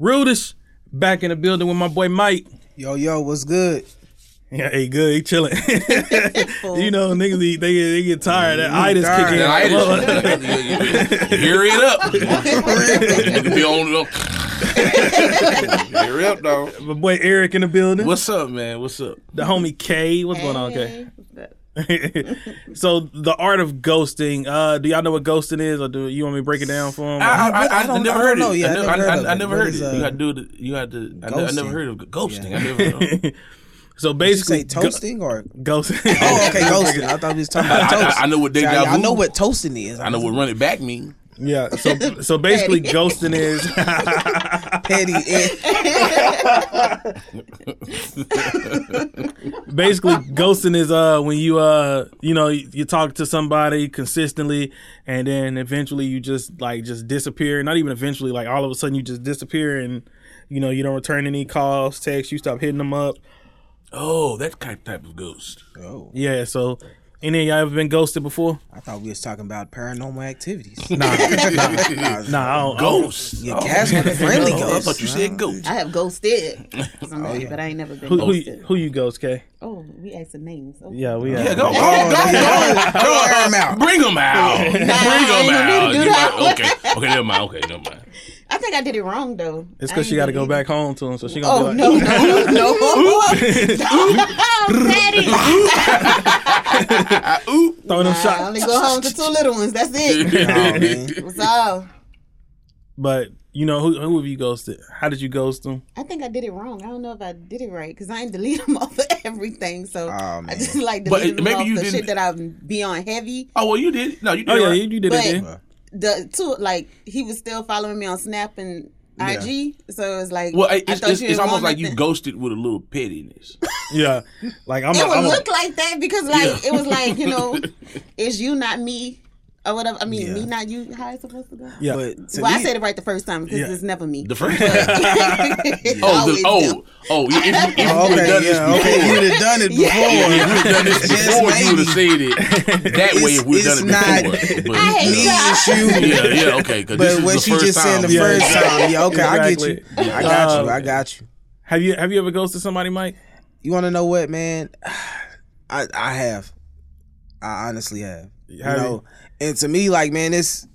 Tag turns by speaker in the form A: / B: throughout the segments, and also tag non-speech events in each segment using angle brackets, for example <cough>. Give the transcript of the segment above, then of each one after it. A: Rudis back in the building with my boy Mike.
B: Yo, yo, what's good?
A: Yeah, he good. He
B: <laughs>
A: chilling. <laughs> you know, niggas they, they, get- they get tired. That itis
B: tired.
A: kicking.
B: That
A: like a mother-
C: <laughs> Itis. Hear it up. you <laughs> can be on the. Hear it up, dog.
A: <laughs> my boy Eric in the building.
C: What's up, man? What's up?
A: the homie K. What's going on, K? <laughs> so the art of ghosting. Uh, do y'all know what ghosting is, or do you want me to break it down for him?
C: I, I, I,
B: I
C: I,
B: don't-
C: never
B: I
C: heard
B: don't know.
C: it.
B: Yeah,
C: I
B: I
C: never,
B: never
C: I,
B: heard
C: I,
B: of
C: I
B: it.
C: never
B: What
C: heard
B: is,
C: it.
B: uh,
C: you got to do the. You got to. I, ne- I never
B: ghosting?
C: heard of ghosting.
A: <laughs>
C: I never. Know.
A: so
B: You say
A: basically, go-
B: toasting
A: <laughs>
B: or?
A: ghosting.
B: Oh,
C: <laughs>
B: okay, ghosting. I thought we was talking about
C: I- I-
B: toast.
C: I know what
B: See, I,
C: deja
B: I
C: vu-
B: know what toasting is.
C: I know what run it back mean.
A: yeah. So so basically, ghosting is
B: <laughs> <laughs> petty. eh.
A: basically ghosting is uh when you uh you know you, you talk to somebody consistently and then eventually you just like just disappear. Not even eventually, like all of a sudden you just disappear and you know you don't return any calls, texts. You stop hitting them up.
C: Oh, that kind of type of ghost.
B: Oh,
A: Yeah. So any of y'all ever been ghosted before?
B: I thought we was talking about paranormal
C: <laughs>
B: activities.
A: Nah. Nah.
C: nah,
A: I don't, I don't-
C: Oh, ghost.
B: Yeah, Casper the friendly
C: Oh, I
B: Oh, ghost.
C: thought you said ghost.
D: I
A: <laughs>
D: have ghosted, 'Cause I'm married, but I ain't never been
A: Oh, Who, who,
D: ghosted.
A: who you ghost, K?
D: Oh, we asked the names. Oh.
A: Yeah, we are.
C: Yeah, go, go,
B: Oh,
C: go,
B: yeah.
C: go, go,
B: Air 'em
C: <laughs>
B: out.
C: Bring them out. Bring them
D: ain't gonna need
C: out.
D: to do
C: You
D: that.
C: might- okay, okay, never mind. Okay, never mind.
D: I think I did it wrong though.
A: It's
D: I
A: because she
D: ain't
A: got to
D: do
A: go
D: it.
A: back home to him, so she gonna
D: Oh
A: be like, <laughs>
D: no, no, no! Oh, <laughs> Daddy.
A: throw them
D: I only
A: shots.
D: go home to two little ones. That's
A: <laughs>
D: it. That's all.
A: But you know who who have you ghosted? How did you ghost them?
D: I think I did it wrong. I don't know if I did it right because I didn't delete <laughs> them off of everything. So
A: Oh,
B: man.
D: I just like
C: But
D: deleted them
C: maybe
D: off
C: you
D: the
C: didn't-
D: shit that I be on heavy.
C: <laughs> Oh well, you did. No, you did.
A: Oh yeah,
C: right.
A: you, you did
D: But
A: it. Then.
D: the two like he was still following me on Snap and IG. So it was like
C: Well,
D: I
C: it- it's,
D: thought
C: it's,
D: you
C: it's
D: didn't
C: almost
D: want
C: like you
D: nothing.
C: ghosted with a little pettiness.
A: Yeah, like I'm.
D: It
A: a,
D: would
A: I'm a-
D: look like that because like
C: Yeah.
D: it was like you
C: <laughs>
D: know, it's you not me or whatever. I mean, me not you. How it's supposed to go?
A: yeah.
B: But to
D: Well, I
B: me-
D: said it right the first time because
A: Yeah.
D: it's never me. <laughs>
C: The first <laughs> time.
D: It's
C: Oh,
D: always
C: the,
D: them.
C: oh, oh, yeah, if, <laughs> you- if you
B: Oh,
C: would have
B: okay, yeah, okay. You'd have done
C: done this before,
B: it
D: <laughs>
B: before.
C: if you would have done this
B: <laughs> Just
C: before, you would have
B: maybe. <laughs>
C: said it that way. If we
B: It's-
C: had done
B: it's
C: it
B: not-
C: before, but,
D: I hate God.
B: It's you.
C: yeah, yeah, okay. 'cause this
B: But
C: is
B: what
C: the
B: she
C: first
B: just said
C: time.
B: the
A: Yeah.
B: first time. Yeah, okay, I get
A: Exactly.
B: you. I got you.
A: Um,
B: I got you.
A: have you have you ever ghosted somebody, Mike?
B: You want to know what, man? <sighs> I I have. I honestly have. You
A: Have you?
B: know, and to me, like, man, it's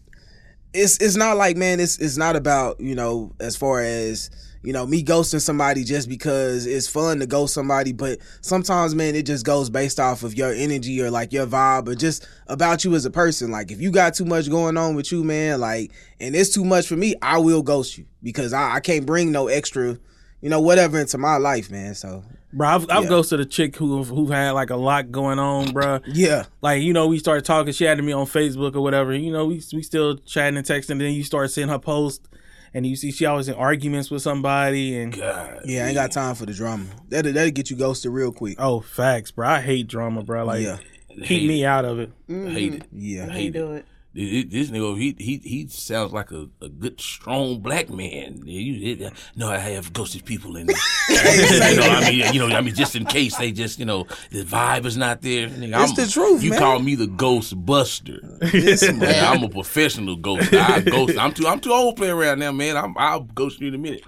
B: it's it's not like, man, it's it's not about you know as far as you know me ghosting somebody just because it's fun to ghost somebody, but sometimes, man, it just goes based off of your energy or like your vibe or just about you as a person. Like, if you got too much going on with you, man, like, and it's too much for me, I will ghost you because I, I can't bring no extra. You know, whatever into my life, man. So
A: Bro, I've, I've
B: Yeah.
A: ghosted a chick who who had like a lot going on, bro.
B: yeah,
A: Like you know, we started talking. She added me on Facebook or whatever. You know, we we still chatting and texting. then you start seeing her post, and you see she always in arguments with somebody. And
C: God.
B: Yeah, I ain't got time for the drama. That'll, that'll get you ghosted real quick.
A: oh, facts, bro. I hate drama, bro. Like
B: Yeah.
A: keep me out of it.
C: Hate
D: Mm-hmm.
C: it.
B: Yeah.
C: Hate
D: do
C: it.
D: it.
C: Th- th- This nigga, he he he sounds like a, a good, strong black man. You, it, no, I have ghosted
B: <laughs>
C: people, <laughs> and you know, I mean, you know, I mean, just in case they just, you know, the vibe is not there. Nigga,
B: It's the truth,
C: You
B: man.
C: call me the ghost buster. <laughs> Man, I'm a professional ghost. I ghost. I'm too. I'm too old playing around now, man. I'm, I'll ghost you in a minute.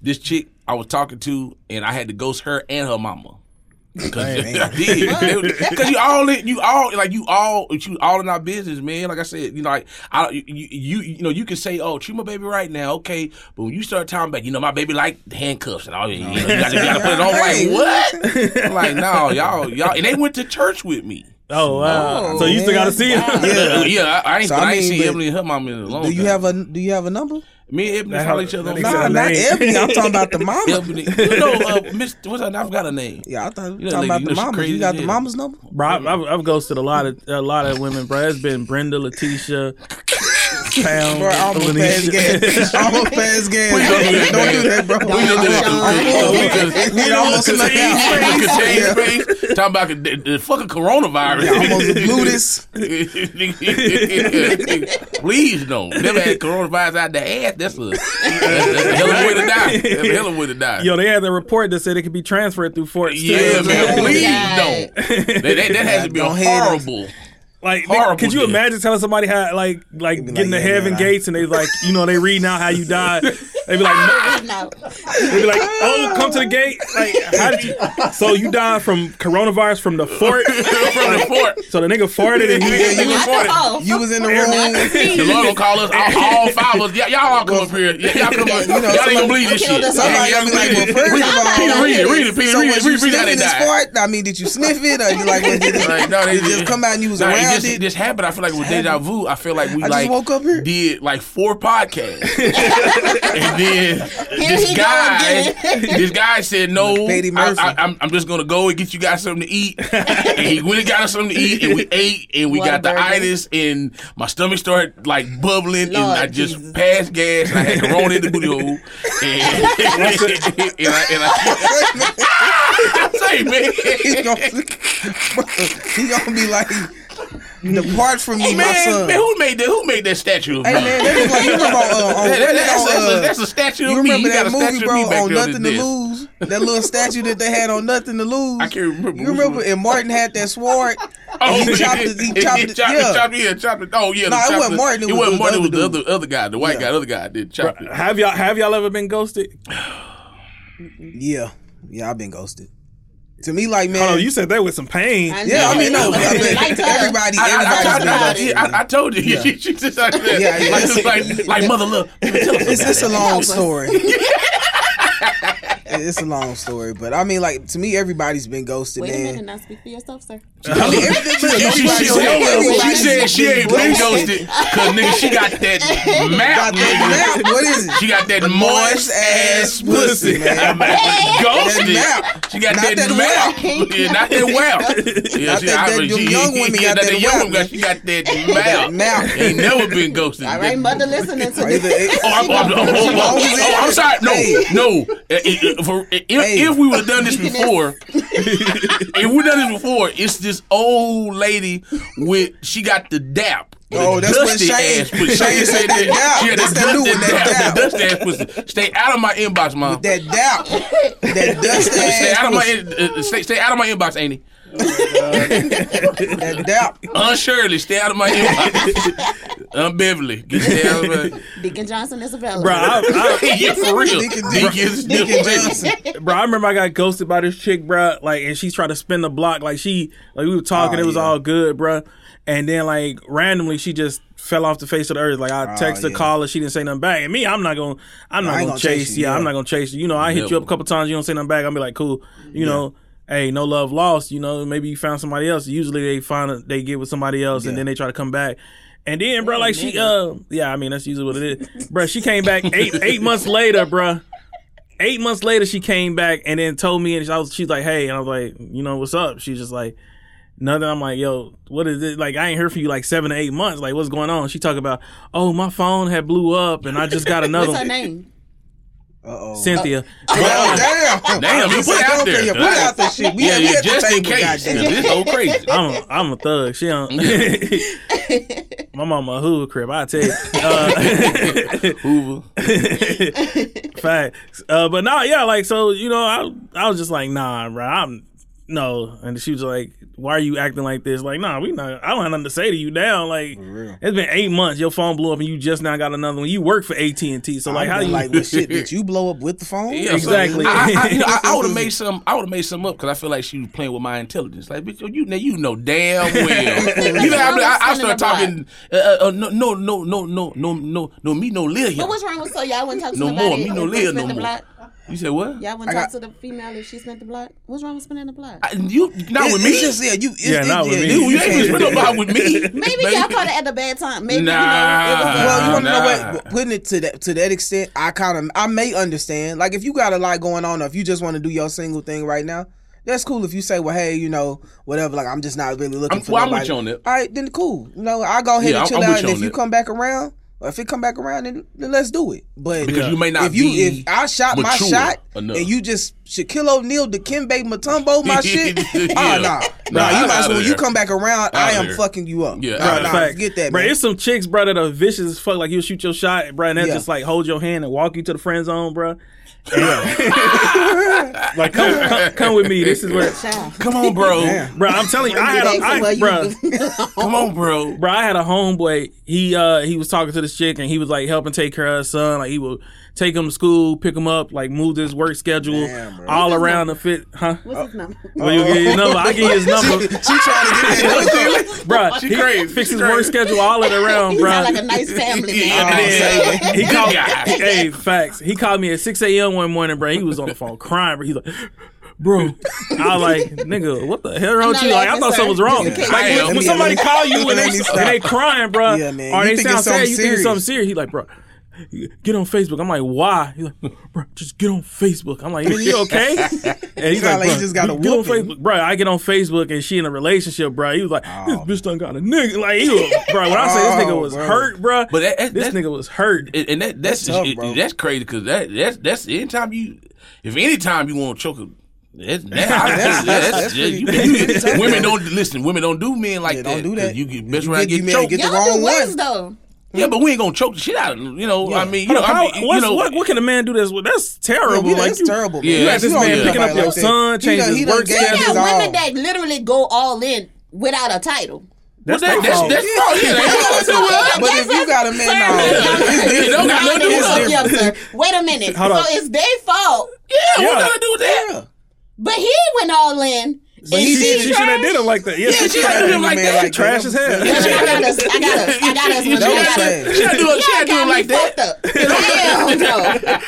C: This chick I was talking to, and I had to ghost her and her mama. Cause <laughs> I did. Cause you all in, you all like you all you all in our business, man. Like I said, you know, like I you you, you know you can say, oh, treat my baby right now, okay. But when you start talking about, you know, my baby like handcuffs and all, you, know, you, gotta, you gotta put it on. Like what? I'm like no, y'all y'all, and they went to church with me.
A: Oh wow! so you still gotta see him. <laughs>
C: Yeah, yeah. I, I ain't,
B: So,
C: but I,
B: I
C: ain't
B: mean,
C: seen
B: but-
C: Ebony and her mom in a long
B: Do you
C: time.
B: have a Do you have a number?
C: Me and Ebony
A: That
C: follow
A: how-
C: each other.
A: that
C: on
A: Nah, said her
B: Nah, not
C: Facebook.
A: name.
B: Ebony. I'm talking
C: <laughs>
B: about the mama.
C: Ebony, you know, uh, Miss, what's her name? I forgot her name.
B: Yeah, I thought you were
C: You know,
B: talking
C: lady,
B: about
C: you
B: the
C: know, she
B: mama.
C: crazy
B: You got
C: as
B: the
C: hell.
B: mama's number?
A: Bro, I've, I've, I've ghosted a lot of a lot of women, bro. It's been Brenda, Letitia, Pound,
B: Bro, I'm gonna pass
A: Lanisha.
C: <laughs>
B: gas. I'm gonna pass gas.
C: Please don't do that,
B: Don't do that,
C: man.
B: bro.
C: We just
B: <laughs>
C: did it.
B: We almost
C: could
B: snuck
C: change
B: out.
C: space. We could change space. Talking about the, the fucking coronavirus.
B: Yeah, I almost blew
C: <laughs>
B: this.
C: Please don't. Never had coronavirus out the ass. That's a, that's a hell of a way to die. That's a hell of a way to die.
A: Yo, they had the report that said it could be transferred through Fort
C: yeah,
A: Stewart.
C: man.
B: Oh,
C: Please
D: God.
C: don't. That, that, that has to be a
B: Don't hit us.
C: horrible.
A: Like, they-
C: Horrible
A: could you
C: death.
A: imagine telling somebody how like like
B: be
A: getting
B: like,
A: to
B: yeah,
A: heaven
B: man, I-
A: gates and they like you know they reading out how you died They be like, "Ma-
D: no.
C: <laughs>
A: they be like, oh, come to the gate. Like, how did you? So you died from coronavirus from the fort.
C: From the fort.
A: So the nigga farted
D: <laughs>
A: and you.
C: You
D: Not
C: was
D: the
C: farting.
D: pole.
B: You was in the
C: <laughs>
B: room.
C: The Lord gonna call us all, all five of us. Y- y'all all come up here. Y- y'all come up.
B: You know,
C: y'all ain't gonna believe this
D: killed
C: shit.
D: us all.
B: Somebody
C: Y'all
B: gonna
C: ain't
B: be like, well, first
C: gonna believe
B: of all,
C: this. Peter, read it. Read it. Peter,
B: so
C: read
B: was
C: it.
B: you
C: Read read how they
B: sniffing this
C: died.
B: fart? I mean, did you sniff it? Or you like, was
C: <laughs>
B: it,
C: Like, no, they
B: it just come out and you was
C: Nah, it
B: around
C: just-
B: it?
C: This happened. I feel like with deja vu. I feel like we
B: I just
C: like
B: woke up here.
C: did like four
B: <laughs>
C: podcasts, and then this
D: he go
C: guy,
D: again.
C: this guy said
B: <laughs>
C: no.
B: Lady
C: I,
B: Murphy.
C: I, I'm, I'm just gonna go and get you guys something
B: <laughs>
C: to eat. and he went and got us something to eat, and we ate, and we
D: What
C: got
D: a
C: the
D: burger.
C: itis, and my stomach started like bubbling, and
D: Lord
C: I just
D: Jesus.
C: passed gas, and I had corona in the booty hole, and, <laughs> and I. And I <laughs> Say man,
B: He's gonna, <laughs> he gonna be like, depart from me, my
C: Oh, man,
B: son.
C: man, who made that? Who made that statue? Of
B: Hey
C: me?
B: man, that was like you remember uh, on,
C: That- that- that's,
B: on,
C: that's,
B: uh,
C: a, that's a statue
B: you
C: of me.
B: remember
C: you got
B: that
C: a
B: movie,
C: statue
B: bro,
C: of me back
B: on
C: there on
B: Nothing to
C: this desk.
B: Lose. That little statue that they had on Nothing to Lose.
C: I can't remember
B: You
C: which
B: remember?
C: one.
B: And Martin had that sword.
C: Oh,
B: he chopped it. He chopped it.
C: chopped
B: yeah.
C: it. Chopped it. Yeah, chopped it. Oh, yeah.
B: No, it
C: chopped
B: wasn't Martin, it
C: It
B: was
C: wasn't
B: the
C: Martin. It was
B: other
C: the
B: dude.
C: other other guy. The white guy. The other guy did chop it.
A: Have y'all have y'all ever been ghosted?
B: yeah, yeah. I've been ghosted. To me, like man,
A: Hold on, you said that with some pain.
D: I
B: yeah. I mean, no, I mean,
D: Like her.
B: everybody, everybody's
C: I, I, I,
B: been
C: I, I,
B: ghosted.
C: yeah, I, I told you. She, she just like that.
B: Yeah, yeah.
C: Like, just like, like mother love. Tell us
B: It's,
C: about
B: it's a
C: that.
B: long story. it's a long story, but I mean, like to me, everybody's been ghosted,
D: Wait a
B: man.
D: minute, now speak for yourself, sir.
B: I mean, everything-
C: She, she, she,
B: everybody's-
C: she, she
B: everybody's
C: said she
B: been
C: ain't been
B: ghosted.
C: ghosted because nigga she got that
B: Got
C: map.
B: that
C: nigga.
B: map. What is it?
C: She got that moist ass pussy.
B: man. That
C: Ghosted.
B: map.
C: She got
B: Not
C: that,
B: that
C: map.
B: <laughs>
C: Yeah, not that wow. Yeah,
B: Not
C: she,
B: that-
C: I,
B: that
C: she,
B: them young women
C: yeah,
B: got
C: not
B: that
C: young
B: wap.
C: women got- She
B: <laughs>
C: got that map.
B: map.
C: Ain't never been ghosted.
D: All right, mother listening to
B: Or either
D: this.
B: it-
C: Oh, I'm, I'm, oh, oh, oh,
B: Always
C: oh, I'm
B: is.
C: sorry. No,
B: Hey.
C: no. Eh, eh, eh, for- eh, if,
B: Hey.
C: if we would have done
B: <laughs>
C: this before, if we done this before, it's this old lady with she got the dap. The
B: Oh, that's what
C: dusty
B: Shane-
C: ass pussy.
B: Shane
C: Shane
B: said that dap.
C: She had
B: That's
C: the
B: that new
C: dusty
B: one, that
C: dap.
B: dap.
C: The dusty ass pussy. Stay out of my inbox, mom.
B: That doubt, that dust
C: Stay out of my
B: ass,
C: in- uh, uh, stay, stay out of my inbox, Annie.
B: that doubt.
C: Unsurely, Uh, stay out of my inbox.
B: <laughs>
C: Un Beverly, get stay out of my.
D: Deacon Johnson is available.
A: Bro, I,
C: yeah, for real.
B: Deacon-
C: Deacon's
B: Deacon Johnson.
A: I, bro, I remember I got ghosted by this chick, bro. Like, and she tried to spin the block. Like, she, like, we were talking,
B: Oh,
A: it was
B: yeah.
A: all good, bro. And then, like, randomly, she just fell off the face of the earth. Like, I text her,
B: yeah.
A: call her, she didn't say nothing back. And me, I'm not gonna, I'm not
B: I
A: gonna,
B: ain't
A: chase. you. Yeah, I'm
B: yeah.
A: not gonna chase you. You know, I hit you up
C: Never.
A: a couple times, you don't say nothing back. I'm be like, cool. You know, hey, no love lost. You know, maybe you found somebody else. Usually they find, a, they get with somebody else, and then they try to come back. And then, bro, like she, uh, yeah, I mean that's usually what it is, bro. She came back eight eight months later, bro eight months later she came back and then told me and I was she's like hey and I was like you know what's up she's just like nothing I'm like yo what is it like I ain't heard from you like seven to eight months like what's going on she talk about oh my phone had blew up and I just
D: <laughs>
A: got another
D: What's
A: one
D: her name?
B: Uh oh.
A: Cynthia
D: <laughs>
B: Damn.
C: Damn, you
B: You
C: put it
B: said,
C: out
B: okay,
C: there.
B: you Put it out there. Shit. We
C: yeah,
B: had- we
C: yeah,
B: had the
C: just in
B: table,
C: case.
B: goddamn.
C: Now, this whole crazy.
A: I'm a, I'm a thug she
D: <laughs>
A: don't <laughs> my mama a hood crib I tell you uh, <laughs>
C: Hoover.
A: Facts. Uh, but nah, yeah, like so, you know, I I was just like, nah, bro, I'm no. And she was like, why are you acting like this? Like, nah, we not. I don't have nothing to say to you now. Like, it's been eight months. Your phone blew up, and you just now got another one. You work for AT and T, so like, how
B: I'm
A: you <laughs>
B: like,
C: <laughs>
B: well, shit, did you blow up with the phone?
C: Yeah, so
A: Exactly.
C: I, I, you know, I, would have made some. I would have made some up because I feel like she was playing with my intelligence. Like, bitch, you now you know
B: <laughs>
C: damn well. you know, I, mean? I, I started talking. Uh, uh, no, no, no, no, no, no, no, no, me no Lil
D: But
C: here.
D: what's wrong with so y'all wouldn't talk to
C: No
D: nobody
C: more, me
D: if
C: no
D: they
C: live
D: spent
C: no
D: the
C: more.
D: block?
C: You said what?
D: Y'all wouldn't
B: I
D: talk to the female if she spent the block? What's wrong with spending the block?
C: I, you not
B: It's-
C: with
B: it's
C: me?
B: just, yeah, you, it's,
A: Yeah,
B: it's-
A: not with me.
C: you, you
B: you
C: ain't
B: can't-
C: spend nobody with me.
D: Maybe
C: baby.
D: y'all caught it at a bad time. Maybe you know, it was
C: Nah.
D: a-
B: Well, you want to
C: Nah.
B: know what? Putting it to that to that extent, I kind of I may understand. Like if you got a lot going on, or if you just want to do your single thing right now, that's cool. If you say, well, hey, you know, whatever. Like I'm just not really looking
C: I'm-
B: for.
C: well, I'm with
B: nobody.
C: you on that.
B: All right, then cool. You know, I go ahead
C: Yeah, I'm-
B: and chill
C: I'm with
B: out.
C: you
B: And
C: on
B: if you
C: that.
B: come back around, or if it come back around, then, then let's do it. But
C: Because you may not
B: if you
C: be
B: if I shot my
C: mature
B: shot
C: enough.
B: and you just Shaquille O'Neal, Dikembe Mutombo, my shit.
C: <laughs> Yeah.
B: Oh nah, nah.
C: Nah, I'm
B: You might
C: outta
B: as well.
C: there.
B: You come back around, I
C: Outta
B: am
C: there.
B: fucking you up.
C: Yeah,
B: nah,
C: outta
B: nah,
C: there.
A: Fact.
B: forget that,
A: bro.
B: man.
A: It's some chicks, bro, that are vicious as fuck. Like you'll shoot your shot, bro, and that
B: Yeah.
A: just like hold your hand and walk you to the friend zone,
B: <laughs>
A: bro. <laughs> like come, come, come with me. This is where,
D: Child.
C: Come on, bro.
B: Damn.
A: bro. I'm telling you, I had a,
D: Back to where
A: I,
D: you-
A: bro.
C: Come on, bro.
A: bro, I had a homeboy. He uh he was talking to this chick and he was like helping take care of her son. Like he would take him to school, pick him up, like move this work schedule
B: Damn, bro.
A: all around the fit, huh?
D: What's
B: Oh.
D: his number? <laughs>
A: Well, you get his number. I get
B: <laughs>
A: his number,
B: She trying to get that.
A: bro. She
C: crazy. She
A: Fix his
C: crazy.
A: work schedule all it around,
D: He
A: bro.
D: sound like a nice family
C: Yeah,
D: man.
A: And
B: Oh,
A: then he
C: Good
A: called.
C: guy.
A: Hey, <laughs> facts. He called me at 6 a.m. one morning, bro. He was on the phone crying, bro. He's like, bro. I was like, nigga, what the hell wrong with
D: not
A: you? Like, I
D: laughing,
A: thought
D: sir.
A: something was wrong.
D: Just
A: Like,
D: in case.
C: I
A: when,
C: am.
A: when
B: Let me-
A: somebody
B: let me-
A: call you and
B: let
A: they,
B: me
A: and
B: stop.
A: they crying, bro,
B: Yeah, man.
A: or
B: You
A: they
B: thinking
A: sound sad,
B: something
A: you think it's
B: serious.
A: something serious. He like, bro. Get on Facebook. I'm like, why? He's like, bro, just get on Facebook. I'm like, nigga, you
B: <laughs>
A: okay? And he's
B: Sound like he
A: "Bruh,
B: just got a
A: get on
B: whooping.
A: Facebook, bro. I get on Facebook and she in a relationship, bro. He was like, this bitch done got a nigga. Like, he was, bro. When I say this nigga
B: Oh,
A: was
B: bro.
A: hurt, bro,
C: But that- that-
A: this
C: that-
A: nigga was hurt.
C: and, and that that's
B: That's tough,
C: it-
B: bro.
C: that's crazy because that that's that's anytime you if anytime you want to choke a that, that, I-
B: That's-
C: that's,
B: that's
C: yeah, you-
B: pretty-
C: you-
B: that's pretty
C: <laughs> women
B: tough.
C: don't listen. Women don't do men like
B: Yeah,
C: that.
B: don't do
C: 'cause
B: that.
C: You get mess
B: You
C: around,
B: get-
C: get,
B: you may
C: choked.
B: get- the
D: Y'all
B: wrong
D: do wins
B: one.
D: though.
C: yeah, but we ain't gonna choke the shit out of them. You know, I mean, you
A: Hold
C: know,
A: up,
C: I
A: how-
C: mean, you
A: what's-
C: know,
A: what, what can a man do that's that's
B: Bro,
A: terrible?
B: we-
A: like
B: that's
A: you,
B: terrible.
C: Yeah,
A: You
B: man.
A: got this
B: You don't
A: man
B: get
A: picking up
B: nobody
A: your
B: like that.
A: son,
B: He done-
A: changing
B: he
A: his
B: done
A: work
B: gave
D: They
B: his
A: schedule.
D: got
B: all.
D: women that literally go all in without a
C: <laughs>
D: title.
A: their
C: well, that, that's
A: fault.
C: that's wrong. Yeah,
D: <laughs>
C: that's wrong.
B: But if you got a
C: <laughs>
B: man, no.
D: Y'all-
C: It don't got
D: Y'all
C: nothing to do
D: niggas
C: with
D: hook
C: that.
D: up, sir. Wait a minute.
A: Hold
D: so
A: up.
D: it's their fault,
C: Yeah,
A: Yeah.
C: what gotta do with that?
D: but he went all in. and
A: She,
D: she,
A: she should have did him like that. Yeah,
C: Yeah,
A: she
C: she gotta do it like
B: Man,
C: that.
B: like-
A: trash as hell.
D: I got us. I got us. I got us.
C: She
D: when
B: That
D: I
B: was
D: got us.
B: sad.
C: gotta- she gotta do it. She
D: Y'all
C: gotta do
D: got
C: it
D: me
C: like that.
D: fucked up. Damn, no.
A: <laughs>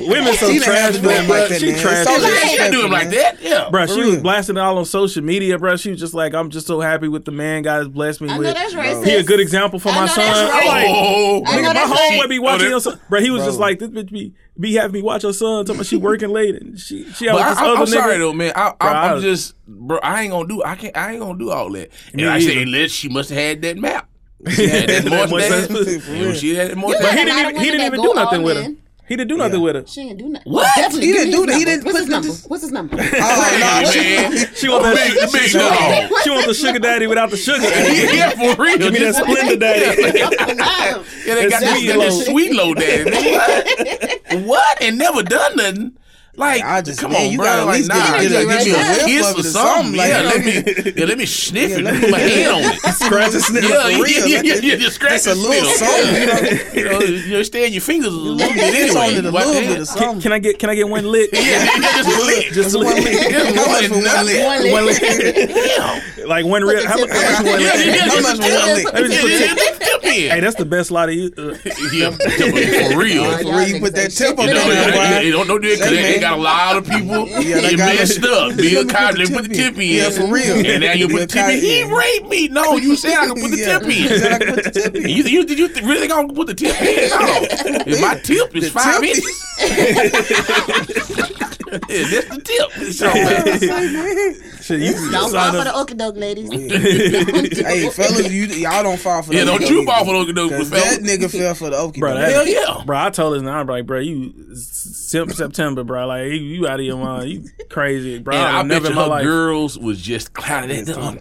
A: Women so
B: She done
A: trash,
B: had to do
A: bro.
B: him like that,
A: she
B: man.
A: trash.
B: It's
C: Yeah,
B: all
D: Right.
C: she gotta do it like that. Yeah,
A: Bruh, she
B: For
A: was
B: real.
A: blasting it all on social media, bruh. She was just like, I'm just so happy with the man God has blessed me
D: I know
A: with.
D: that's racist.
A: He a good example for
D: I
A: my
D: know
A: son.
D: that's
A: I'm
D: racist.
A: like,
C: Oh,
D: I know
A: my
D: that's
A: whole
D: racist.
A: be watching
C: Oh,
A: your
C: that-
A: son. Bruh, he was just
B: Bro.
A: like, this bitch be, be having me watch her son. Talking about she working late and she, she out
C: But
A: with
C: I,
A: this
C: I,
A: other
C: I'm
A: nigga. <laughs>
C: sorry though, man. I,
A: Bro,
C: I,
A: I-
C: I'm just, bro. I ain't gonna do. I can't. I ain't gonna do all that. And
A: Me
C: I
A: either.
C: say, unless she must have had that
A: <laughs>
C: map. She had that
A: That <laughs>
C: Morse
A: Morse
C: map.
A: map.
B: For
C: And when
B: real.
C: She had that Morse
D: You
A: But
C: map.
A: he
D: A lot
A: didn't
D: of
A: even, he
D: women
A: didn't
D: that
A: even
D: go
A: do nothing
D: all
A: with her.
D: in.
A: He didn't do nothing with her.
D: She didn't do nothing.
C: What?
D: Definitely
B: He
D: give
B: didn't
D: me
B: do
D: his
B: that. He
D: number.
B: didn't put
D: What's his number? What's his <laughs> number?
B: Oh, no. she-
C: Hey, man.
A: She want that
C: Big- big
A: she want
C: dog.
A: that- she want the sugar daddy without the sugar. <laughs>
C: <laughs> yeah, for real.
A: Give me that
C: Just-
A: Splenda daddy.
C: Yeah, they
A: That
C: got
A: sweet
C: that, that
A: load.
C: sweet low daddy. nigga. what? And never done nothing. Like,
B: I just-
C: come
B: man,
C: on,
B: you
C: bro.
B: gotta at
C: like,
B: least
C: nah,
B: get a-
D: get a-
C: yeah,
D: get a
C: give me a
B: whiff of it
C: kiss or
B: or
C: something.
B: something, like,
C: Yeah,
B: you
C: let
B: know.
C: me, yeah, let me sniff it.
B: let
C: Put
B: me- <laughs>
C: my hand on it.
B: Scratch a sniff
C: Yeah,
B: for real.
C: yeah, yeah,
B: Let
C: yeah,
B: it-
C: yeah, just scratch
B: Just a
C: the
B: little
C: sniff.
B: something,
C: <laughs>
B: you know.
C: you know, you're staying your fingers a little bit
B: It's on
C: anyway.
B: it a
C: What
B: little
C: the
B: bit
C: hell?
B: or something.
A: Can, can I get can I get one lick?
C: Yeah, just a lick.
A: Just a
B: One
A: lick.
B: lick. How much for one lick?
D: One
A: <laughs> One
D: lick.
A: lick.
C: Damn.
A: like one rip. How, mu- how much one lick?
C: Yeah, yeah,
B: How
C: yeah,
B: much
C: just-
B: for one lick?
A: Let me just put
C: yeah,
A: tip-
C: yeah, just tip
A: Hey,
C: in.
A: that's the best lie to you. Uh,
C: Yeah, for real.
D: Y'all
B: Where you
D: niggas
B: put that
D: ain't
B: tip
D: shit.
B: on
C: You know,
B: Yeah,
C: they-
B: why?
C: they don't know that because
B: Hey,
C: they, they
B: man.
C: got a lot of people.
B: <laughs> Yeah, they
C: they
B: got-
C: messed up. Bill
B: Let me put
C: Cosby
B: the
C: put the
B: tip
C: tip
B: in.
C: in.
B: Yeah, for real.
C: And now you
B: Bill
C: put the tip in.
B: Cosby.
C: He raped me. No, you said I could put the
B: Yeah.
C: tip
B: You <laughs> said I
C: in.
B: could put the tip in.
C: You, you, did you th- really gonna put the tip in? No.
B: <laughs>
C: If my tip is
B: The
C: five
B: tip
C: inches. yeah, that's the tip. So,
A: shit, you
D: Don't fall
A: signed
D: for the
A: up.
D: okie doke, ladies.
B: Hey, fellas, you y'all don't fall for
C: yeah,
B: those
C: don't
B: niggas
C: you
B: either.
C: fall for those doke,
B: 'Cause
C: fellas.
B: That nigga fell for the okie
A: Bro,
B: doke.
A: that,
C: Hell yeah.
A: bro, I told his now, bro, like, bro, you S- September, bro, like, you, you out of your mind, you crazy, bro.
C: And I,
A: I've
C: bet
A: never in
C: you
A: my
C: her
A: life.
C: girls was just clouded. at the- um,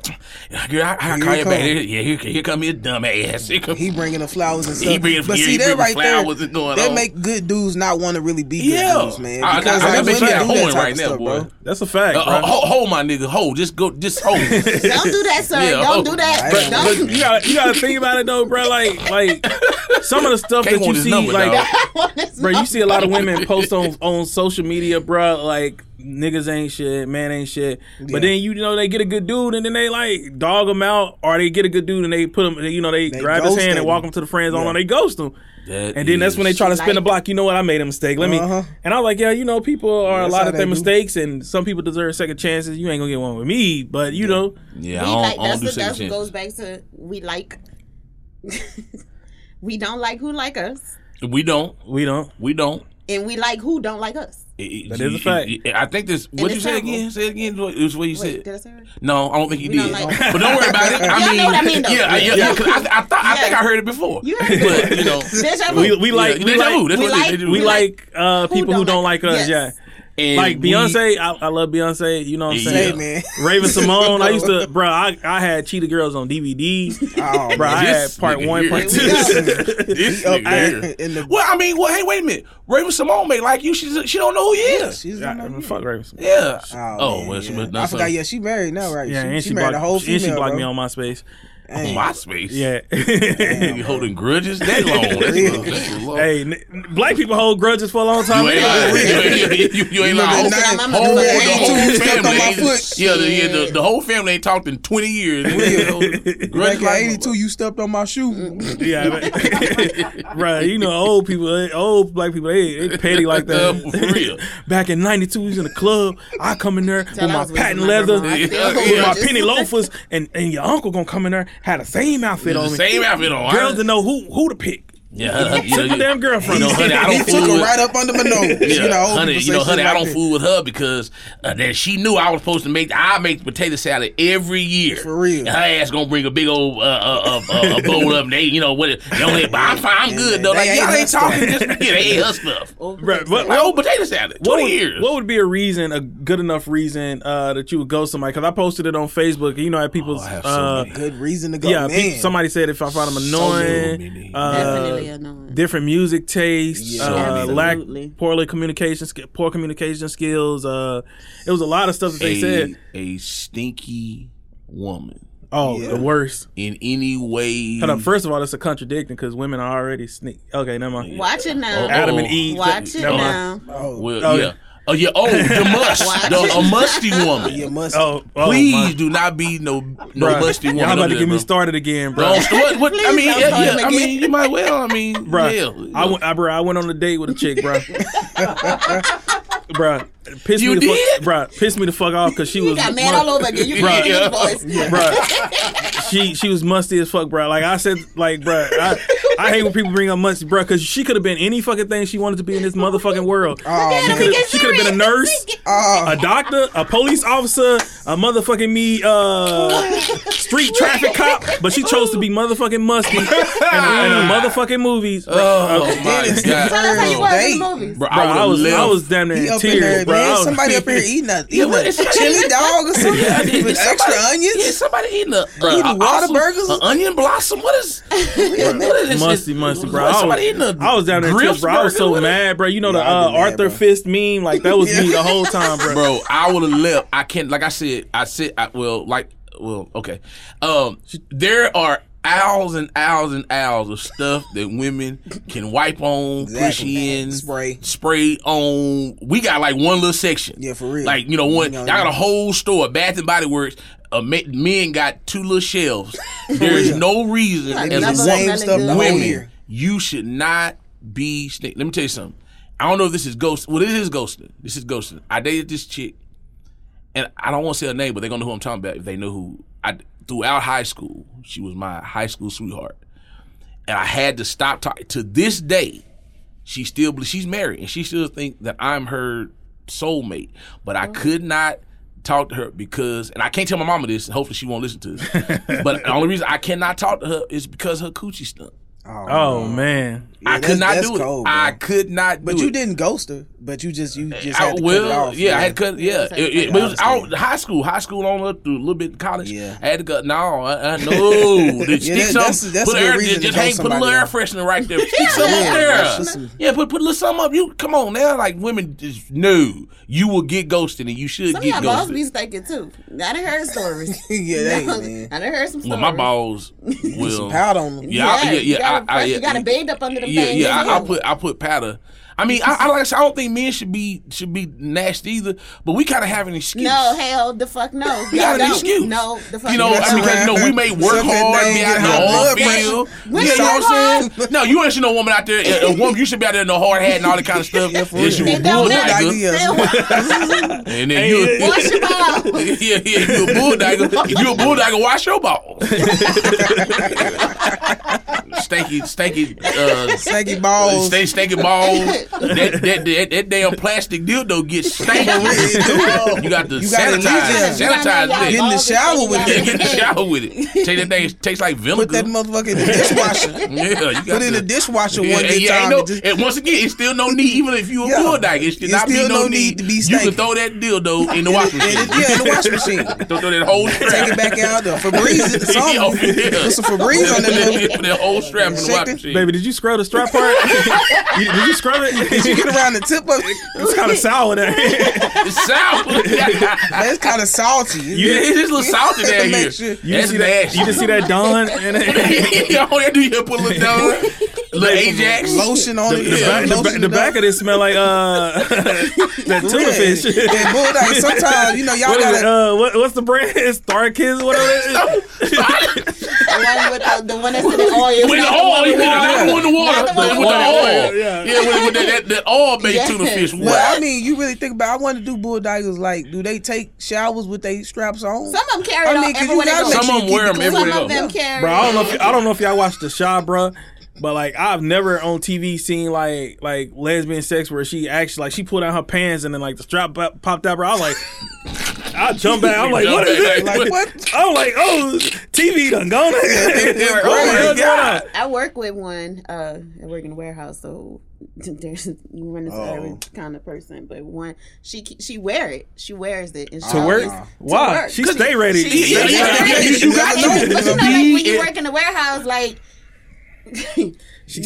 C: Girl, I, I
B: Here it
C: call you back.
B: come.
C: Here- Yeah, here, here come his dumb ass. Here come,
B: He bringing the flowers and stuff.
C: He bringing-
B: but
C: yeah,
B: see,
C: he
B: that
C: bringing
B: right there,
C: flowers and going
B: that
C: on.
B: make good dudes not want to really be good
C: yeah.
B: dudes, man.
C: I, I,
B: Because
C: I,
B: like,
C: bet she
B: women
C: at
B: do that
C: home
B: type
C: right
B: of
C: now,
B: stuff,
C: boy.
B: bro.
A: That's a fact,
C: Uh,
A: bro.
C: hold, hold my nigga, hold. Just go, just hold.
D: Don't do that, sir.
C: Yeah,
D: Don't
C: oh,
D: do that. <laughs>
B: I
D: Don't.
A: you gotta, you gotta think about it though, bro. Like, like some of the stuff
C: Can't
A: that you
C: want his
A: see,
C: number,
A: like,
C: dog.
A: bro, you see a lot of women post on on social media, bro. Like niggas ain't shit, man ain't shit. But then you know they get a good dude, and then they like dog him out, or they get a good dude and they put him, you know, they, grab his
B: ghost
A: hand and
B: him.
A: walk him to the friend zone,
B: Yeah.
A: and they ghost him.
C: That
A: And then that's when they
C: is-
A: try to spin the
D: Like-
A: block. You know what? I made a mistake. Let
B: Uh-huh.
A: me. And I was like, yeah, you know, people are a
B: That's
A: lot
B: how
A: of
B: they
A: their
B: do.
A: mistakes, and some people deserve second chances. You ain't gonna get one with me, but you know,
C: Yeah,
D: We
C: I don't,
D: like
C: I don't
D: that's
C: do
D: the
C: second
D: that's
C: chances.
D: goes back to we like. <laughs> we don't like who like us,
C: We don't.
A: we don't.
C: We don't.
D: and we like who don't like us.
C: It- it-
A: That is a
C: it-
A: fact.
C: it- I think this. What
D: it's
C: you say
D: terrible.
C: again? Say it again. It was what you
D: Wait,
C: said.
D: did I say it right?
C: No, I don't think he
D: We don't
C: did.
D: like-
C: but don't worry about it.
D: <laughs>
C: I
D: Y'all
C: mean,
D: know what I mean, though.
C: yeah, yeah, yeah. 'cause I, I thought, I
D: Yeah.
C: think I heard it before.
D: You heard it.
C: but you know,
D: Deja vu.
A: We we like
C: yeah,
A: we
C: deja
A: like,
C: vu. That's
D: we
C: what
D: like-
C: they do.
A: we like uh,
D: Who
A: people who don't like us.
D: yes.
A: Yeah,
C: And
A: like
C: we-
A: Beyonce. I, I love Beyonce. You know what I'm
C: Yeah.
A: saying?
B: Hey, man.
A: <laughs>
C: <laughs>
A: Raven Simone. I used to, bro. I, I had Cheetah Girls on
C: <laughs>
A: DVD. Bro,
B: Oh, man.
A: I had
C: This
A: part
C: nigga
A: one,
C: here.
A: part two. <laughs>
C: <laughs> this
B: up
C: nigga
B: there
C: here.
B: in the-
C: Well, I mean, well, hey, wait a minute. Raven Simone may like you. She she don't know who he is.
B: She's
A: Yeah,
B: not like you.
A: fuck Raven Simone.
C: Yeah.
B: Oh, man,
C: well, she
B: yeah.
C: must
B: I
C: done
B: forgot.
C: something.
B: Yeah, she married now, right?
A: Yeah,
B: she,
A: and
B: she
A: she,
B: married
A: blocked,
B: a whole
A: and
B: female.
A: she blocked
B: bro.
A: me on MySpace.
B: Dang.
C: MySpace. <laughs>
A: Yeah.
C: You holding grudges
B: <laughs>
C: that long? That's a- that's a long-
A: hey, n- n- black people hold grudges for a long time.
C: You ain't
A: anyway.
C: lying. <laughs>
B: <laughs>
C: You ain't- you- you ain't lying.
B: Remember
C: The
B: that
C: whole-
B: night-
D: I'ma do
C: the
D: that.
C: whole
B: Hey, you stepped on my
C: family
B: foot.
C: ain't- Yeah, the, yeah, the, the whole family ain't talked in twenty years.
B: Back
C: Grudge
B: in
C: like-
B: '82, you stepped on my
C: <laughs>
B: shoe.
A: Yeah, <laughs> man. right. You know, old people, they- old black people, they, they petty like that.
C: Uh, for real.
A: <laughs> Back in '92, we was in the club. I come in there
D: Tell
A: with
D: I
A: my
D: was with
A: patent
D: my
A: leather, <laughs>
D: grandma. I
A: with
D: still
C: Yeah.
A: my
D: gorgeous.
A: penny loafers, and and your uncle gonna come in there had the same outfit
C: The
A: on me.
C: same outfit on.
A: Girls to know who who to pick.
C: Yeah, you know,
A: Took my
C: you-
A: damn girlfriend.
C: You know, honey, I
B: He
C: <laughs> don't
B: took
C: fool
B: her
C: with.
B: right up under my nose.
C: yeah,
B: you know, old people
C: honey, you
B: say
C: know,
B: shit
C: honey, I
B: like
C: don't
B: that.
C: fool with her because uh, that she knew I was supposed to make. I make potato salad every year.
B: For real.
C: <laughs> And her ass gonna bring a big old uh, uh, uh, uh, a bowl up. And they, you know what? It, they don't let- but I'm
A: <laughs>
C: fine. I'm good though.
B: they ate
C: Like y'all
B: her
C: ain't talking. This, yeah, they ate her stuff.
A: Bruh, what-
C: My old potato salad.
A: what
C: Twenty
A: would,
C: years.
A: What would be a reason, a good enough reason, uh, that you would go somebody? Because I posted it on Facebook. You know, how people.
C: Oh, I have so
A: uh,
C: many.
B: Good reason to go,
A: yeah,
B: man.
A: pe- somebody said if I find them annoying,
C: many.
A: uh,
D: Definitely annoying.
A: different music tastes,
B: Yeah.
A: uh,
D: So
A: lack
D: many.
A: poorly communication, sk- poor communication skills. Uh, it was a lot of stuff that they
C: a,
A: said.
C: a stinky woman
A: Oh,
B: Yeah.
A: the worst.
C: in any way.
A: Hold up, First of all, that's a contradicting because women are already sneak. Okay, never mind.
D: Watch it now.
C: Oh,
A: Adam and Eve.
D: Watch it
A: Never mind.
D: now.
B: Oh,
C: Well,
A: Oh,
C: yeah. Oh yeah.
A: <laughs>
C: Oh, the must. the, a musty woman.
B: you must.
A: Oh, oh,
C: Please
A: my-
C: do not be no no
A: bruh.
C: musty woman.
A: Y'all about to
C: up
A: get me
C: there, bro. Oh,
A: started again, bro.
D: <laughs>
C: Don't what, what, I
D: Please
C: mean,
D: don't
C: yeah,
D: call
C: yeah,
D: him
C: I
D: again.
C: mean, you might well. I mean,
A: Bruh,
C: yeah.
A: I went, <laughs> I, bruh, I went on a date with a chick,
C: <laughs>
A: bruh. bruh, pissed
C: You
A: me the
C: did?
A: fuck, bruh, pissed me the fuck off because she was
D: You got mad
A: my-
D: all over again. You
A: Bruh.
D: can hear his voice.
A: bruh. She she was musty as fuck, bruh. Like I said, like bruh, I, I hate when people bring up musty, bruh, because she could have been any fucking thing she wanted to be in this motherfucking world.
B: Oh,
A: she
B: man.
A: could have she could have been a nurse,
B: Oh,
A: a doctor, a police officer, a motherfucking me,
C: <laughs>
A: uh, street traffic cop, but she chose to be motherfucking musty in, a- in a
C: <laughs>
A: motherfucking movies. bruh.
C: Ah. Oh
A: Okay.
C: my
B: Dennis,
C: god,
D: Tell us how you was in the
B: Date.
D: movies.
C: bro!
A: Bro, I,
C: I
A: was
C: would have
A: I was down there
B: he
A: in
B: up in
A: tears,
B: there,
A: bro. I
B: man.
A: was- <laughs>
B: Somebody up here eating a, eating
C: what
B: a
C: is-
B: chili
C: <laughs>
B: dog or
D: <laughs>
B: something with extra
C: Yeah,
B: onions.
C: somebody eating a bro,
B: Eating
C: a
B: water
C: awesome-
B: burgers?
C: a onion blossom. What is?
A: <laughs>
C: what is this?
A: musty, musty, bro.
C: What,
A: I
C: Somebody
A: was,
C: eating a.
A: I was down there in tears,
C: Griff's
A: bro. I was
C: burger?
A: so
C: What is-
A: mad, bro. You know the
B: Yeah, I've
A: uh,
B: been mad,
A: Arthur
B: bro.
A: Fist meme, like that was me the
B: <laughs>
A: whole time, bro.
C: bro. I would have left. I can't. Like I said, I said. I well, like well, okay. Um, there are hours and hours and hours of stuff that women can wipe on, push
B: Exactly.
C: in,
B: Spray.
C: spray on. We got like one little section.
B: Yeah, for real.
C: Like you know, one.
B: You know,
C: I got
B: yeah.
C: a whole store. Bath and Body Works. Uh, ma- men got two
B: <laughs>
C: little shelves. There is no reason
D: Like,
C: as
B: The
C: a
D: never
C: woman
B: same
D: smelling
B: stuff
D: good.
B: the whole
C: women,
B: year.
C: you should not be. Sna- Let me tell you something. I don't know if this is ghost. Well, this is ghosting. This is ghosting. I dated this chick, and I don't want to say her name, but they're gonna know who I'm talking about if they know who. I throughout high school, she was my high school sweetheart, and I had to stop talking. To this day, she still bel- she's married, and she still think that I'm her soulmate. But I could not talk to her because, and I can't tell my mama this. And hopefully, she won't listen to this. but the only reason I cannot talk to her is because her coochie stunk.
A: Oh man,
C: I could
B: that's-
C: not
B: that's
C: do it.
B: cold,
C: I
B: bro.
C: could not.
B: But
C: do
B: you
C: it.
B: didn't ghost her. But you just you just
C: I
B: had to cut
C: will.
B: it off.
C: yeah, I had to cut. Yeah,
D: Yeah,
C: it,
D: it's
C: it- but it was
B: like-
C: out high school, high school on up through a little bit in college.
B: Yeah.
C: I had to go.
B: <laughs>
C: No, I, I, no. Did
B: Yeah,
C: stick
B: that- that's-
C: some.
B: that's
C: put
B: a good
C: air,
B: reason to
C: just
B: go
C: hang. Put a little
B: somebody
C: air
B: up.
C: freshener right there. Stick some
B: Yeah,
C: up
B: that's
C: there.
B: just-
C: Yeah, put put a little something up. You come on now, like women. Just, no, you will get ghosted, and you should
D: Some of
C: get
D: y'all balls
C: ghosted.
D: be stinking too. I done heard stories.
B: Yeah, they,
D: No,
B: man.
D: I done heard some stories.
C: Well, my balls will.
B: Some powder on them.
C: Yeah, I- yeah,
D: You
C: yeah.
D: gotta,
C: I- I-
D: first you gotta
C: yeah.
D: bathe up under them
C: Yeah,
D: things.
C: yeah.
D: and
C: I, I
D: then-
C: put I put powder. I mean, I, I like I said, I don't think men should be should be nasty either, but we kind of have an excuse.
D: No, hell, the fuck no.
C: We
D: Y'all
C: got an
D: don't.
C: excuse.
D: No, the fuck
C: you know,
D: no.
C: I mean, 'cause, you know, we may work
B: Something
C: hard,
B: they
C: be
B: ain't
C: out
B: getting
C: there
B: our blood
C: on field. You
D: Women
C: know what
D: work
C: I'm saying? No, you ain't see no woman out there. A, a woman, you should be out there in a hard hat and all that kind of
B: <laughs>
C: stuff. Yeah,
B: for real.
C: you a
D: It don't
C: bull
D: matter.
C: nigga.
B: idea.
D: <laughs>
C: And then you,
A: Hey,
D: Wash your balls.
C: <laughs> yeah, yeah, you a bulldogger. You a bulldogger. Wash your balls.
B: <laughs>
C: stanky, stanky, uh, <laughs>
B: Saggy balls.
C: stanky, stanky balls. That, that that that damn plastic dildo gets
B: Yeah.
C: stanky. you got to
B: Oh, You gotta
C: sanitize,
B: leave it.
C: sanitize
D: Y'all
C: that.
B: Get in the
D: balls and
B: shower
D: shit,
B: with
D: y'all
C: Yeah,
B: it.
C: get in the
D: <laughs>
C: shower with it. Take that thing. it Tastes like vinegar.
B: Put that motherfucker in the dishwasher.
C: <laughs> yeah, you got
B: Put it in the
C: to-
B: dishwasher
C: Yeah,
B: one
C: and
B: good
C: yeah, ain't
B: time.
C: no-
B: and just-
C: and once again, it's still no need. Even if you a
B: Yeah.
C: bull dog, it should
B: It's
C: not be
B: still
C: no
B: no
C: need
B: need to be
C: You can
B: stanky.
C: throw that dildo in the washing
B: and
C: machine.
B: it- yeah, in the washing machine.
C: Throw throw that whole strap.
B: Take it back out there.
A: <laughs>
B: Febreze it.
C: <laughs>
B: Something.
C: Yeah, yeah.
B: Put some Febreze on that
C: Put
B: little.
C: that- put that whole strap in the
B: Shake
C: washing
B: it.
C: machine. <laughs>
A: baby, did you scrub the strap part? You- did you scrub it?
B: Did you get around the tip of it?
A: <laughs> It's kind of sour there.
C: It's sour.
B: Man, It's kind of salty.
C: You it's just a little salty down here.
B: Make sure-
A: <laughs> You
C: That's
A: see that?
C: nasty. <laughs>
A: You just see that dawn and
B: <laughs>
A: the,
C: All they do is
A: <laughs>
C: put a little down, little Ajax.
B: lotion on it.
A: the
B: yeah,
A: back, the,
B: lotion
A: back- the back
B: done.
A: of this smell like uh <laughs> that tuna fish.
B: Yeah,
A: <laughs>
B: yeah, bulldog. Sometimes you know y'all
A: What is it?
B: gotta.
A: <laughs> Uh, what, what's the brand? <laughs> Star Kids, whatever. It is.
D: The one with the, the one that's in the oil.
C: With the oil, you know, not the one in the water,
D: Not the
C: but with
D: one in
C: the
D: the water,
C: oil.
A: yeah.
C: Yeah, with, with that, that, that oil made
D: Yeah.
C: tuna fish.
B: Well,
C: Wow.
B: I mean, you really think about. I want to do bulldoggers. Like, do they take showers with they straps on?
D: Some of them carry it
B: I
D: on
B: mean, 'cause you
D: everywhere they
B: gotta
D: go.
B: make
C: Some
B: sure
C: of
B: you
C: them
B: keep it
C: wear them
B: clean.
C: everywhere
D: Some
C: they go.
D: of them carry.
A: bro. I don't know. If, I don't know if y'all watch the Shaw, bro. But like, I've never on TV seen like like lesbian sex where she actually like she pulled out her pants and then like the strap pop- popped out, bro. I was like, I jumped back. I'm like, what is it?
B: Like what?
A: I'm like, oh, TV done
C: <laughs>
A: gone. <laughs>
C: Oh, my God.
D: I work with one. Uh, I work in a warehouse, so <laughs> there's you run into every kind of person. But one, she ke- she wear it. She wears it and she
A: To work?
D: always-
A: Why?
D: work.
A: She
D: <laughs>
A: stay ready.
C: She-
A: That's
C: yeah,
A: why.
C: yeah, yeah.
B: You gotta
D: And-
B: know.
D: But you know, like when you work in the warehouse, like <laughs>
A: She
D: You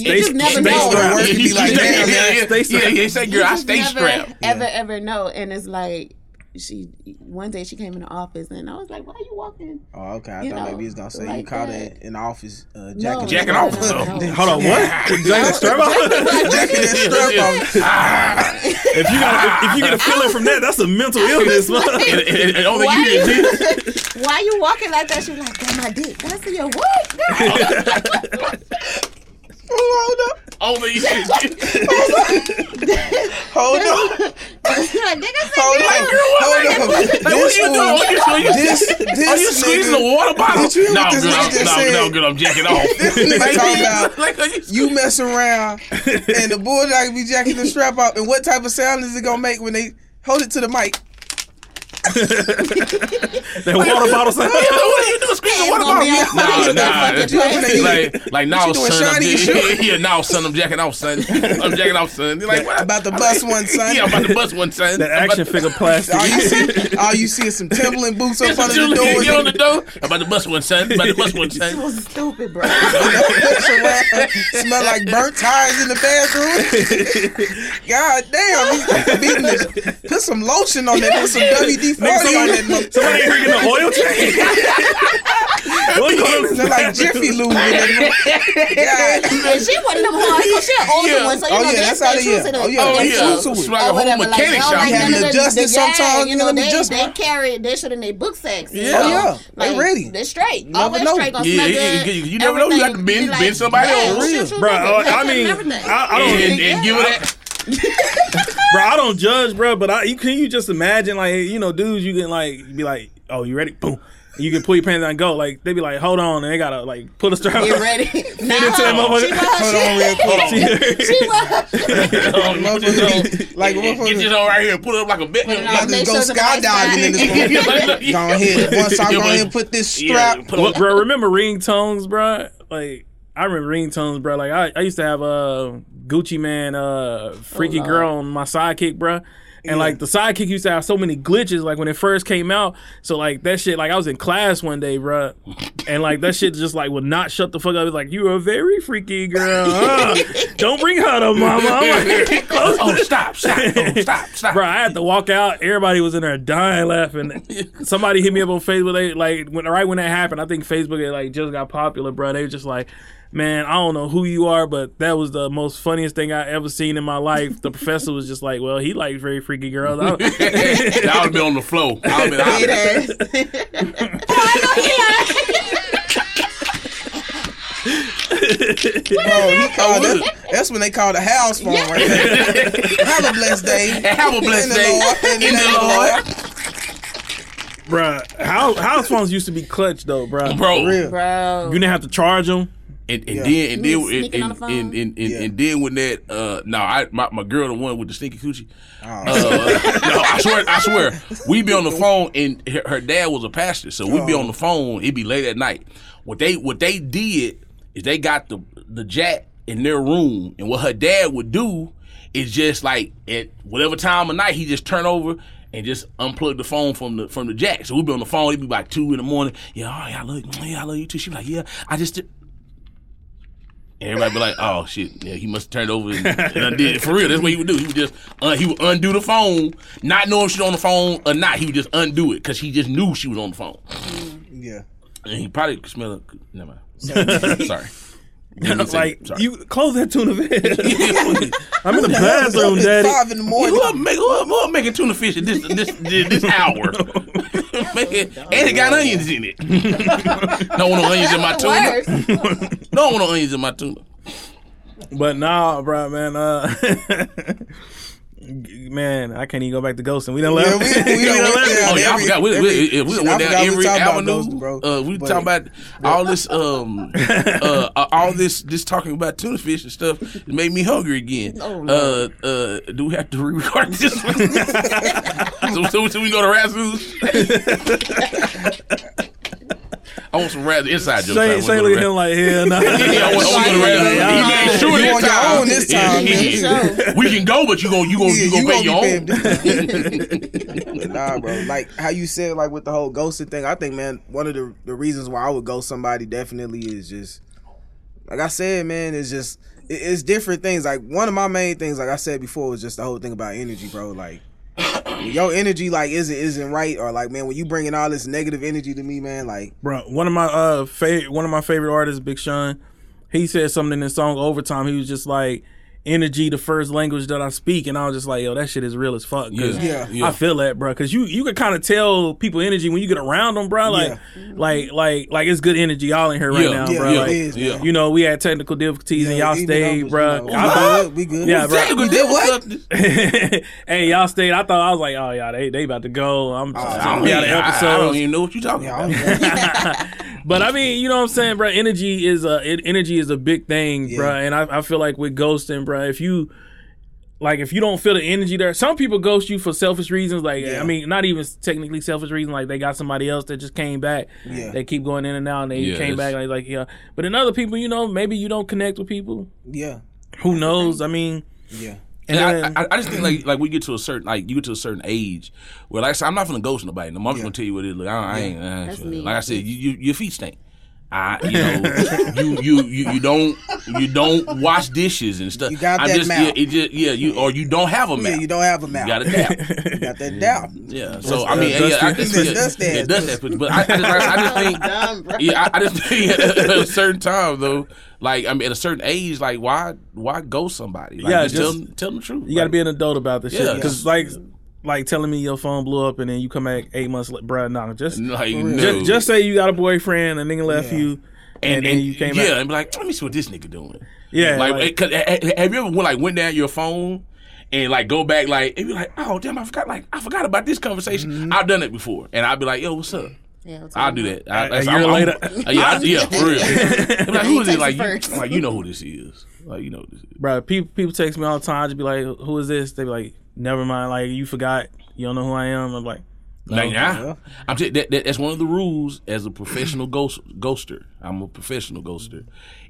D: just never
A: stay
D: know.
A: strapped.
B: Work and be like,
A: She stay-
B: damn,
A: yeah,
C: yeah,
A: stay strapped.
C: yeah, yeah, say,
D: you
C: girl, I
D: just
C: stay
D: never,
C: strapped.
D: Ever ever know? And it's like she one day she came in the office and I was like, "Why are you walking?"
B: Oh, okay. I
D: You
B: thought
D: know,
B: maybe he was gonna say you
D: like
B: caught
D: that.
B: it in the office uh,
D: No.
B: jacking
C: Jacking
D: No,
C: off.
D: no,
C: so.
D: no.
A: Hold on,
C: <laughs>
A: what? Jack the strap off?
B: jacking that strap off.
A: If you got if you get a feeling from that, that's a mental illness.
C: <laughs> And,
A: man.
C: and, and only
D: Why
C: Oh, you
D: you,
C: <laughs> did
D: <laughs>
C: this.
D: why you walking like that? She was like, "Damn, my dick." That's your what? Girl?
B: <laughs> Hold up.
C: Only you did this.
B: Hold up.
D: like, nigga, say,
B: Hold
C: Like,
B: up.
C: girl, what? Like,
B: Hold up.
C: like, what
B: This
C: you doing? What you doing? You-
B: This, this
C: <laughs> Are you squeezing
B: nigga,
C: the
B: <laughs>
C: water bottle?
B: Did you hear
C: no,
B: what this
C: girl,
B: nigga
C: no,
B: said?
C: no, girl, I'm jacking off.
B: This nigga talking about
C: <laughs> like, are you
B: you mess around and the bulldog be jacking the strap off. And what type of sound is it gonna make when they hold it to the mic?
A: That water bottle sound.
C: <laughs> what are you doing? Squeezing water
D: gonna
C: bottle?
D: be out
C: Nah,
D: here
C: nah.
D: with
C: that's-
D: the fucking
B: dress.
C: <laughs> Like, like now,
B: you doing,
C: son. I'm
B: shiny
C: jacking-
B: <laughs> shirt?
C: <laughs> yeah, now, son. I'm jacking off, son. I'm jacking off, son. You're like, what?
B: About to bust one, son.
C: Yeah, I'm about to bust one, son.
A: That
C: I'm about
A: action
C: to-
A: figure plastic.
B: All you see, all you see is some Timberland boots up
C: Yes,
B: under
C: Julie,
B: the door.
C: <laughs> Get
B: <laughs>
C: on the door. I'm about to bust one, son. About to bust one,
D: She
C: son.
D: was stupid, bro.
B: mess around, smell like burnt tires in the bathroom.
C: <laughs>
B: God damn, he beating the, put some lotion on that, put some WD
A: Nigga,
B: forty on that.
A: somebody, somebody drinking the oil change.
B: mother-
A: What's going on?
B: Smell like Jiffy Lube in
C: <laughs>
B: that. mother- God.
D: and she wasn't them hard. Cause she an older
C: Yeah.
D: one, so you
B: Oh,
D: know
B: yeah,
D: they
B: that's
D: stay
B: how they-
D: true to
B: yeah.
D: the-
B: Oh, yeah,
D: they
C: Oh,
B: that's true
D: true
C: yeah.
B: to it.
C: It's like a
D: or
C: whole
D: whatever, like,
C: mechanic
D: they
B: You
D: don't like
C: shop.
D: none
B: having
D: of
B: to adjust it
D: yeah,
B: sometimes,
D: You
B: you
D: know,
B: let me
D: they,
B: adjust
D: they
B: my-
D: carry it. They should in their book sacks. and
C: Yeah.
D: stuff.
C: Oh, yeah.
B: They ready.
D: They're straight. You
B: never
D: Always
B: know.
D: straight. Gonna
C: Yeah,
D: smell
C: yeah,
D: good.
C: you- you never know. You
D: Everything
C: have to bend-
D: be like,
C: bend somebody
D: yeah,
C: over.
D: shoot,
B: Real.
D: shoot,
A: Bro,
D: shoot,
A: I, I
D: shoot,
A: mean,
D: everything.
A: I, I don't,
C: And, and, and give it
B: <laughs>
C: that.
A: bro, I don't judge, bro. But I, you can you just imagine, like, you know, dudes, you can like be like, oh, you ready? Boom. You can pull your pants down and go. Like they be like, hold on, and they gotta like pull the strap. <laughs>
D: Get ready. Nah,
A: into that motherfucker.
D: she
B: Hold
D: was.
B: on real quick.
D: She was.
B: Motherfucker, <laughs> like
C: Get
B: motherfucker,
C: this on right here and put it up like a bit.
D: Put it
B: I
D: on.
B: just
D: Make
B: go
D: sure it's a nice
B: skydiving in this
D: guy.
B: one. Go ahead. Once I
C: Yeah,
B: go
C: but-
B: ahead and put this strap,
C: put
A: Well,
C: it-
A: bro, remember ringtones, bro? Like I remember ringtones, bro. Like I, I used to have a uh, Gucci man, uh, freaky girl on my sidekick, bro. And like the sidekick used to have so many glitches, like when it first came out. So like that shit, like I was in class one day, bro, and like that shit just like would not shut the fuck up. It's like you are a very freaky girl. Uh, don't bring her to mama. I'm like,
C: <laughs> <laughs> Oh, stop, stop, oh, stop, stop.
A: Bro, I had to walk out. Everybody was in there dying laughing. Somebody hit me up on Facebook. They like when right when that happened. I think Facebook had, like just got popular, bro. They were just like, man, I don't know who you are, but that was the most funniest thing I ever seen in my life. The professor was just like, well, he likes very freaky girls. I <laughs> don't-
C: I would be on the floor. I would be like,
B: bro, he called that, that's when they call the house phone right there. Have a blessed day.
C: <laughs> have a blessed
B: In the
C: day.
B: Lord, in the name of the Lord.
A: bro, how house phones used to be clutch though, bro.
C: Bro,
B: Real.
D: Bro.
A: You didn't have to charge them.
C: and, and then and then
D: You
C: and,
D: sneaking on the
C: and,
D: phone?
C: and, and, and,
B: Yeah.
C: and then when that uh no I my, my girl the one with the stinky coochie uh, no I swear I swear we be on the phone and her, her dad was a pastor so we be on the phone it be late at night what they what they did is they got the the jack in their room and what her dad would do is just like at whatever time of night he just turn over. And just unplug the phone from the from the jack. So we be on the phone. It be like two in the morning. Yeah, all right, I love you. Yeah, I love you too. She be like, yeah, I just did- And everybody be like, "Oh shit, yeah, he must have turned over and, and undid it for real." That's what he would do. He would just uh, he would undo the phone, not knowing if she on the phone or not. He would just undo it because he just knew she was on the phone.
B: Yeah.
C: And he probably could smell it. Never mind.
A: <laughs>
C: Sorry.
A: like
C: Sorry. <laughs>
A: you close that tuna <laughs> fish.
C: who
A: I'm in the bathroom,
B: It's
A: daddy.
B: Five in the morning.
C: up make who up, who up making tuna fish at this this
A: <laughs>
C: this hour? <laughs> Make it- and it got onions in it. <laughs> Don't want no onions in my tuna.
D: Worse.
C: Don't want no onions in my tuna.
A: But nah, bro, man. Uh, <laughs> man, I can't even go back to ghosting. We done
B: Yeah,
A: left. <laughs>
B: we, we
A: done left.
B: don't went down
C: Oh yeah, I
B: every-
C: forgot. We,
B: every-
C: we, we, we
B: shit,
C: went
B: I
C: down
B: forgot we
C: every
B: talking about
C: avenue.
B: those, bro.
C: uh, we
B: But- <laughs>
C: talking about all this, um, uh, uh, all this, this talking about tuna fish and stuff it made me hungry again.
D: Oh,
C: uh,
D: Lord.
C: uh, do we have to re-record <laughs>
B: <laughs>
C: this one? so, so, so we go to Razzles. I want some Razzles inside jokes. I
A: Shane,
C: want
A: Shane
C: to
A: look at
C: <laughs> Razzles.
A: him like hell. Nah.
C: Yeah, I want, I want to go to Razzles.
A: Yeah,
C: He made sure
B: You on
C: this
B: your
C: time.
B: own this time,
C: <laughs> Yeah,
B: man.
C: yeah.
D: For
C: We can go, but you gon' you gon'
B: Yeah,
C: you gon'
B: you
C: pay
B: gonna
C: your
B: be
C: <laughs> own.
B: nah, bro. Like how you said, like with the whole ghosting thing. I think, man, one of the the reasons why I would ghost somebody definitely is just, like I said, man, it's just it- it's different things. Like one of my main things, like I said before, was just the whole thing about energy, bro. Like. when Your energy like isn't isn't right or like man when you bringing all this negative energy to me man like
A: Bro, one of my uh fa- one of my favorite artists, Big Sean, he said something in his song Overtime. He was just like, "Energy, the first language that I speak," and I was just like, "Yo, that shit is real as fuck." 'cause
C: Yeah, yeah.
A: I feel that, bro, because you you can kind of tell people energy when you get around them, bro. Like, like, like, like it's good energy y'all in here right now,
B: Yeah,
A: bro.
B: yeah,
A: Like,
B: it is, man.
A: You know, we had technical difficulties and y'all
B: even
A: stayed,
B: numbers,
A: bro.
B: you know,
A: I-
B: we good we good
A: Yeah, bro.
C: Technical
B: We did what
C: difficulties.
A: <laughs> hey, y'all stayed. I thought I was like, oh yeah, they they about to go. I'm
B: Oh,
C: I don't,
A: yeah,
C: even-
A: the
C: I- I don't
A: episode.
C: even know what you're talking
B: Yeah, I
C: about.
B: don't know.
A: <laughs> But I mean, you know what I'm saying, bro. Energy is a it, energy is a big thing,
B: Yeah.
A: bro. And I, I feel like with ghosting, bro, if you like if you don't feel the energy there, some people ghost you for selfish reasons. Like
B: Yeah.
A: I mean, not even technically selfish reasons. Like they got somebody else that just came back.
B: Yeah.
A: They keep going in and out, and they
C: Yeah,
A: came
C: it's-
A: back. Like like yeah. But in other people, you know, maybe you don't connect with people.
B: yeah
A: Who knows? I mean,
B: yeah
C: And
A: then-
C: I, I, I just think like like we get to a certain like you get to a certain age where like I said, I'm not gonna ghost nobody. No, I'm just gonna tell you what it is. Like I, I ain't I ain't-
D: That's me.
C: like I said, you, you your feet stink.
B: <laughs>
C: I you know you, you you you don't you don't wash dishes and stuff.
B: You got
C: I
B: that
C: just
B: mouth.
C: yeah it just yeah you or you don't have a mouth.
B: yeah you don't have a mouth
C: You got a dab.
B: You got that doubt <laughs>
C: Yeah, so I mean,
A: uh,
C: yeah, I just,
B: Dusty.
C: yeah,
B: Dusty.
C: yeah, Dusty. But I, I, just, I just think,
D: Dumb, bro.
C: yeah, I, I just <laughs> think at a certain time though, like I mean, at a certain age, like why, why go somebody? Like,
A: Yeah,
C: just, tell
A: just-
C: them, tell them the truth.
A: <laughs> You got to be an adult about this shit.
C: Yeah.
A: Because like, like telling me your phone blew up and then you come back eight months later, bruh, Nah, just
C: like no.
A: just, just say you got a boyfriend, a nigga left
B: Yeah.
A: you, and, then you came
C: yeah,
A: back.
C: and be like, let me see what this nigga doing.
A: Yeah,
C: like,
A: like-
C: 'cause, eh, eh, have you ever like went down your phone? And like go back like and be like oh damn I forgot like I forgot about this conversation
A: Mm-hmm.
C: I've done it before and I'd be like yo what's up
D: Yeah, what's
C: I'll
D: up?
C: do that. I,
A: a
C: that's-
A: year
C: I'm- I'm-
A: later.
C: Uh, <laughs> yeah, I- yeah, for real. I'm like, who is it?
D: Text
C: Like, you,
D: first.
C: I'm like, you know who this is. Like, you know who this is.
A: Bruh, People people text me all the time. I just be like, "Who is this?" They be like, "Never mind. Like you forgot. You don't know who I am." I'm like,
C: Like, nah.
B: yeah.
C: I'm t- that, that, that's one of the rules as a professional <clears throat> ghost ghoster. I'm a professional ghoster.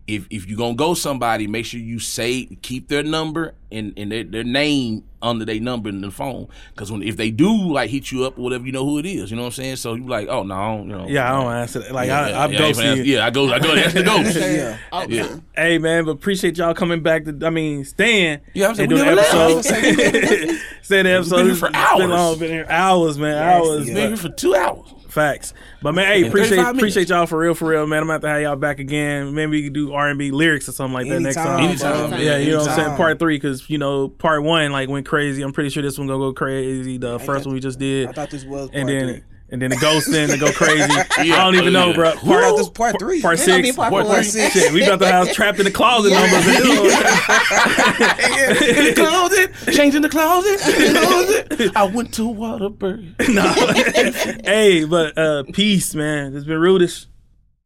C: If if you're gonna ghost somebody, make sure you say keep their number and, and their, their name under their number in the phone. Because when if they do like hit you up or whatever, you know who it is. You know what I'm saying? So you be like, oh no, I don't, you know.
A: "Yeah, I don't answer that. Like I,
C: yeah,
A: I'm
C: yeah, I ain't finna
A: ghosting
C: ask-
A: you."
C: yeah, I go, I go. That's the ghost. <laughs> yeah.
B: yeah
D: Oh,
C: yeah.
A: Hey man, but appreciate y'all coming back. To, I mean, Stan.
C: Yeah, I'm saying,
A: They
C: we
A: doing
C: never
A: episode.
C: left.
A: <laughs> Stan the episode.
C: We've been here for
A: It's Been,
C: hours.
A: long, been here hours, man. Hours.
C: Been
A: but-
C: here for two hours.
A: Facts. But man, hey, appreciate
C: 35 minutes.
A: appreciate y'all for real, for real, man. I'm gonna have to have y'all back again. Maybe we could do R and B lyrics or something like that next
B: Anytime,
A: time.
C: Anytime,
B: bro.
C: man.
A: Yeah, you know what I'm
B: Anytime.
A: saying? Part three, because you know, part one like went crazy. I'm pretty sure this one gonna go crazy. The first one we just did.
B: I thought this was
A: and
B: part
A: then
B: three.
A: and then the ghost in
C: <laughs>
A: to go crazy. I don't
C: Yeah.
A: even know, bro.
C: Who
B: thought this was part three?
A: Part
D: It gonna be
A: six.
D: part
C: Part
D: four.
C: three.
A: Shit, we about to have trapped in the closet numbers. in this one. <laughs>
C: in the closet, changing the <laughs> closet, in the closet. I went to Waterbury.
A: <laughs> hey, but uh, peace, man. It's been rudish.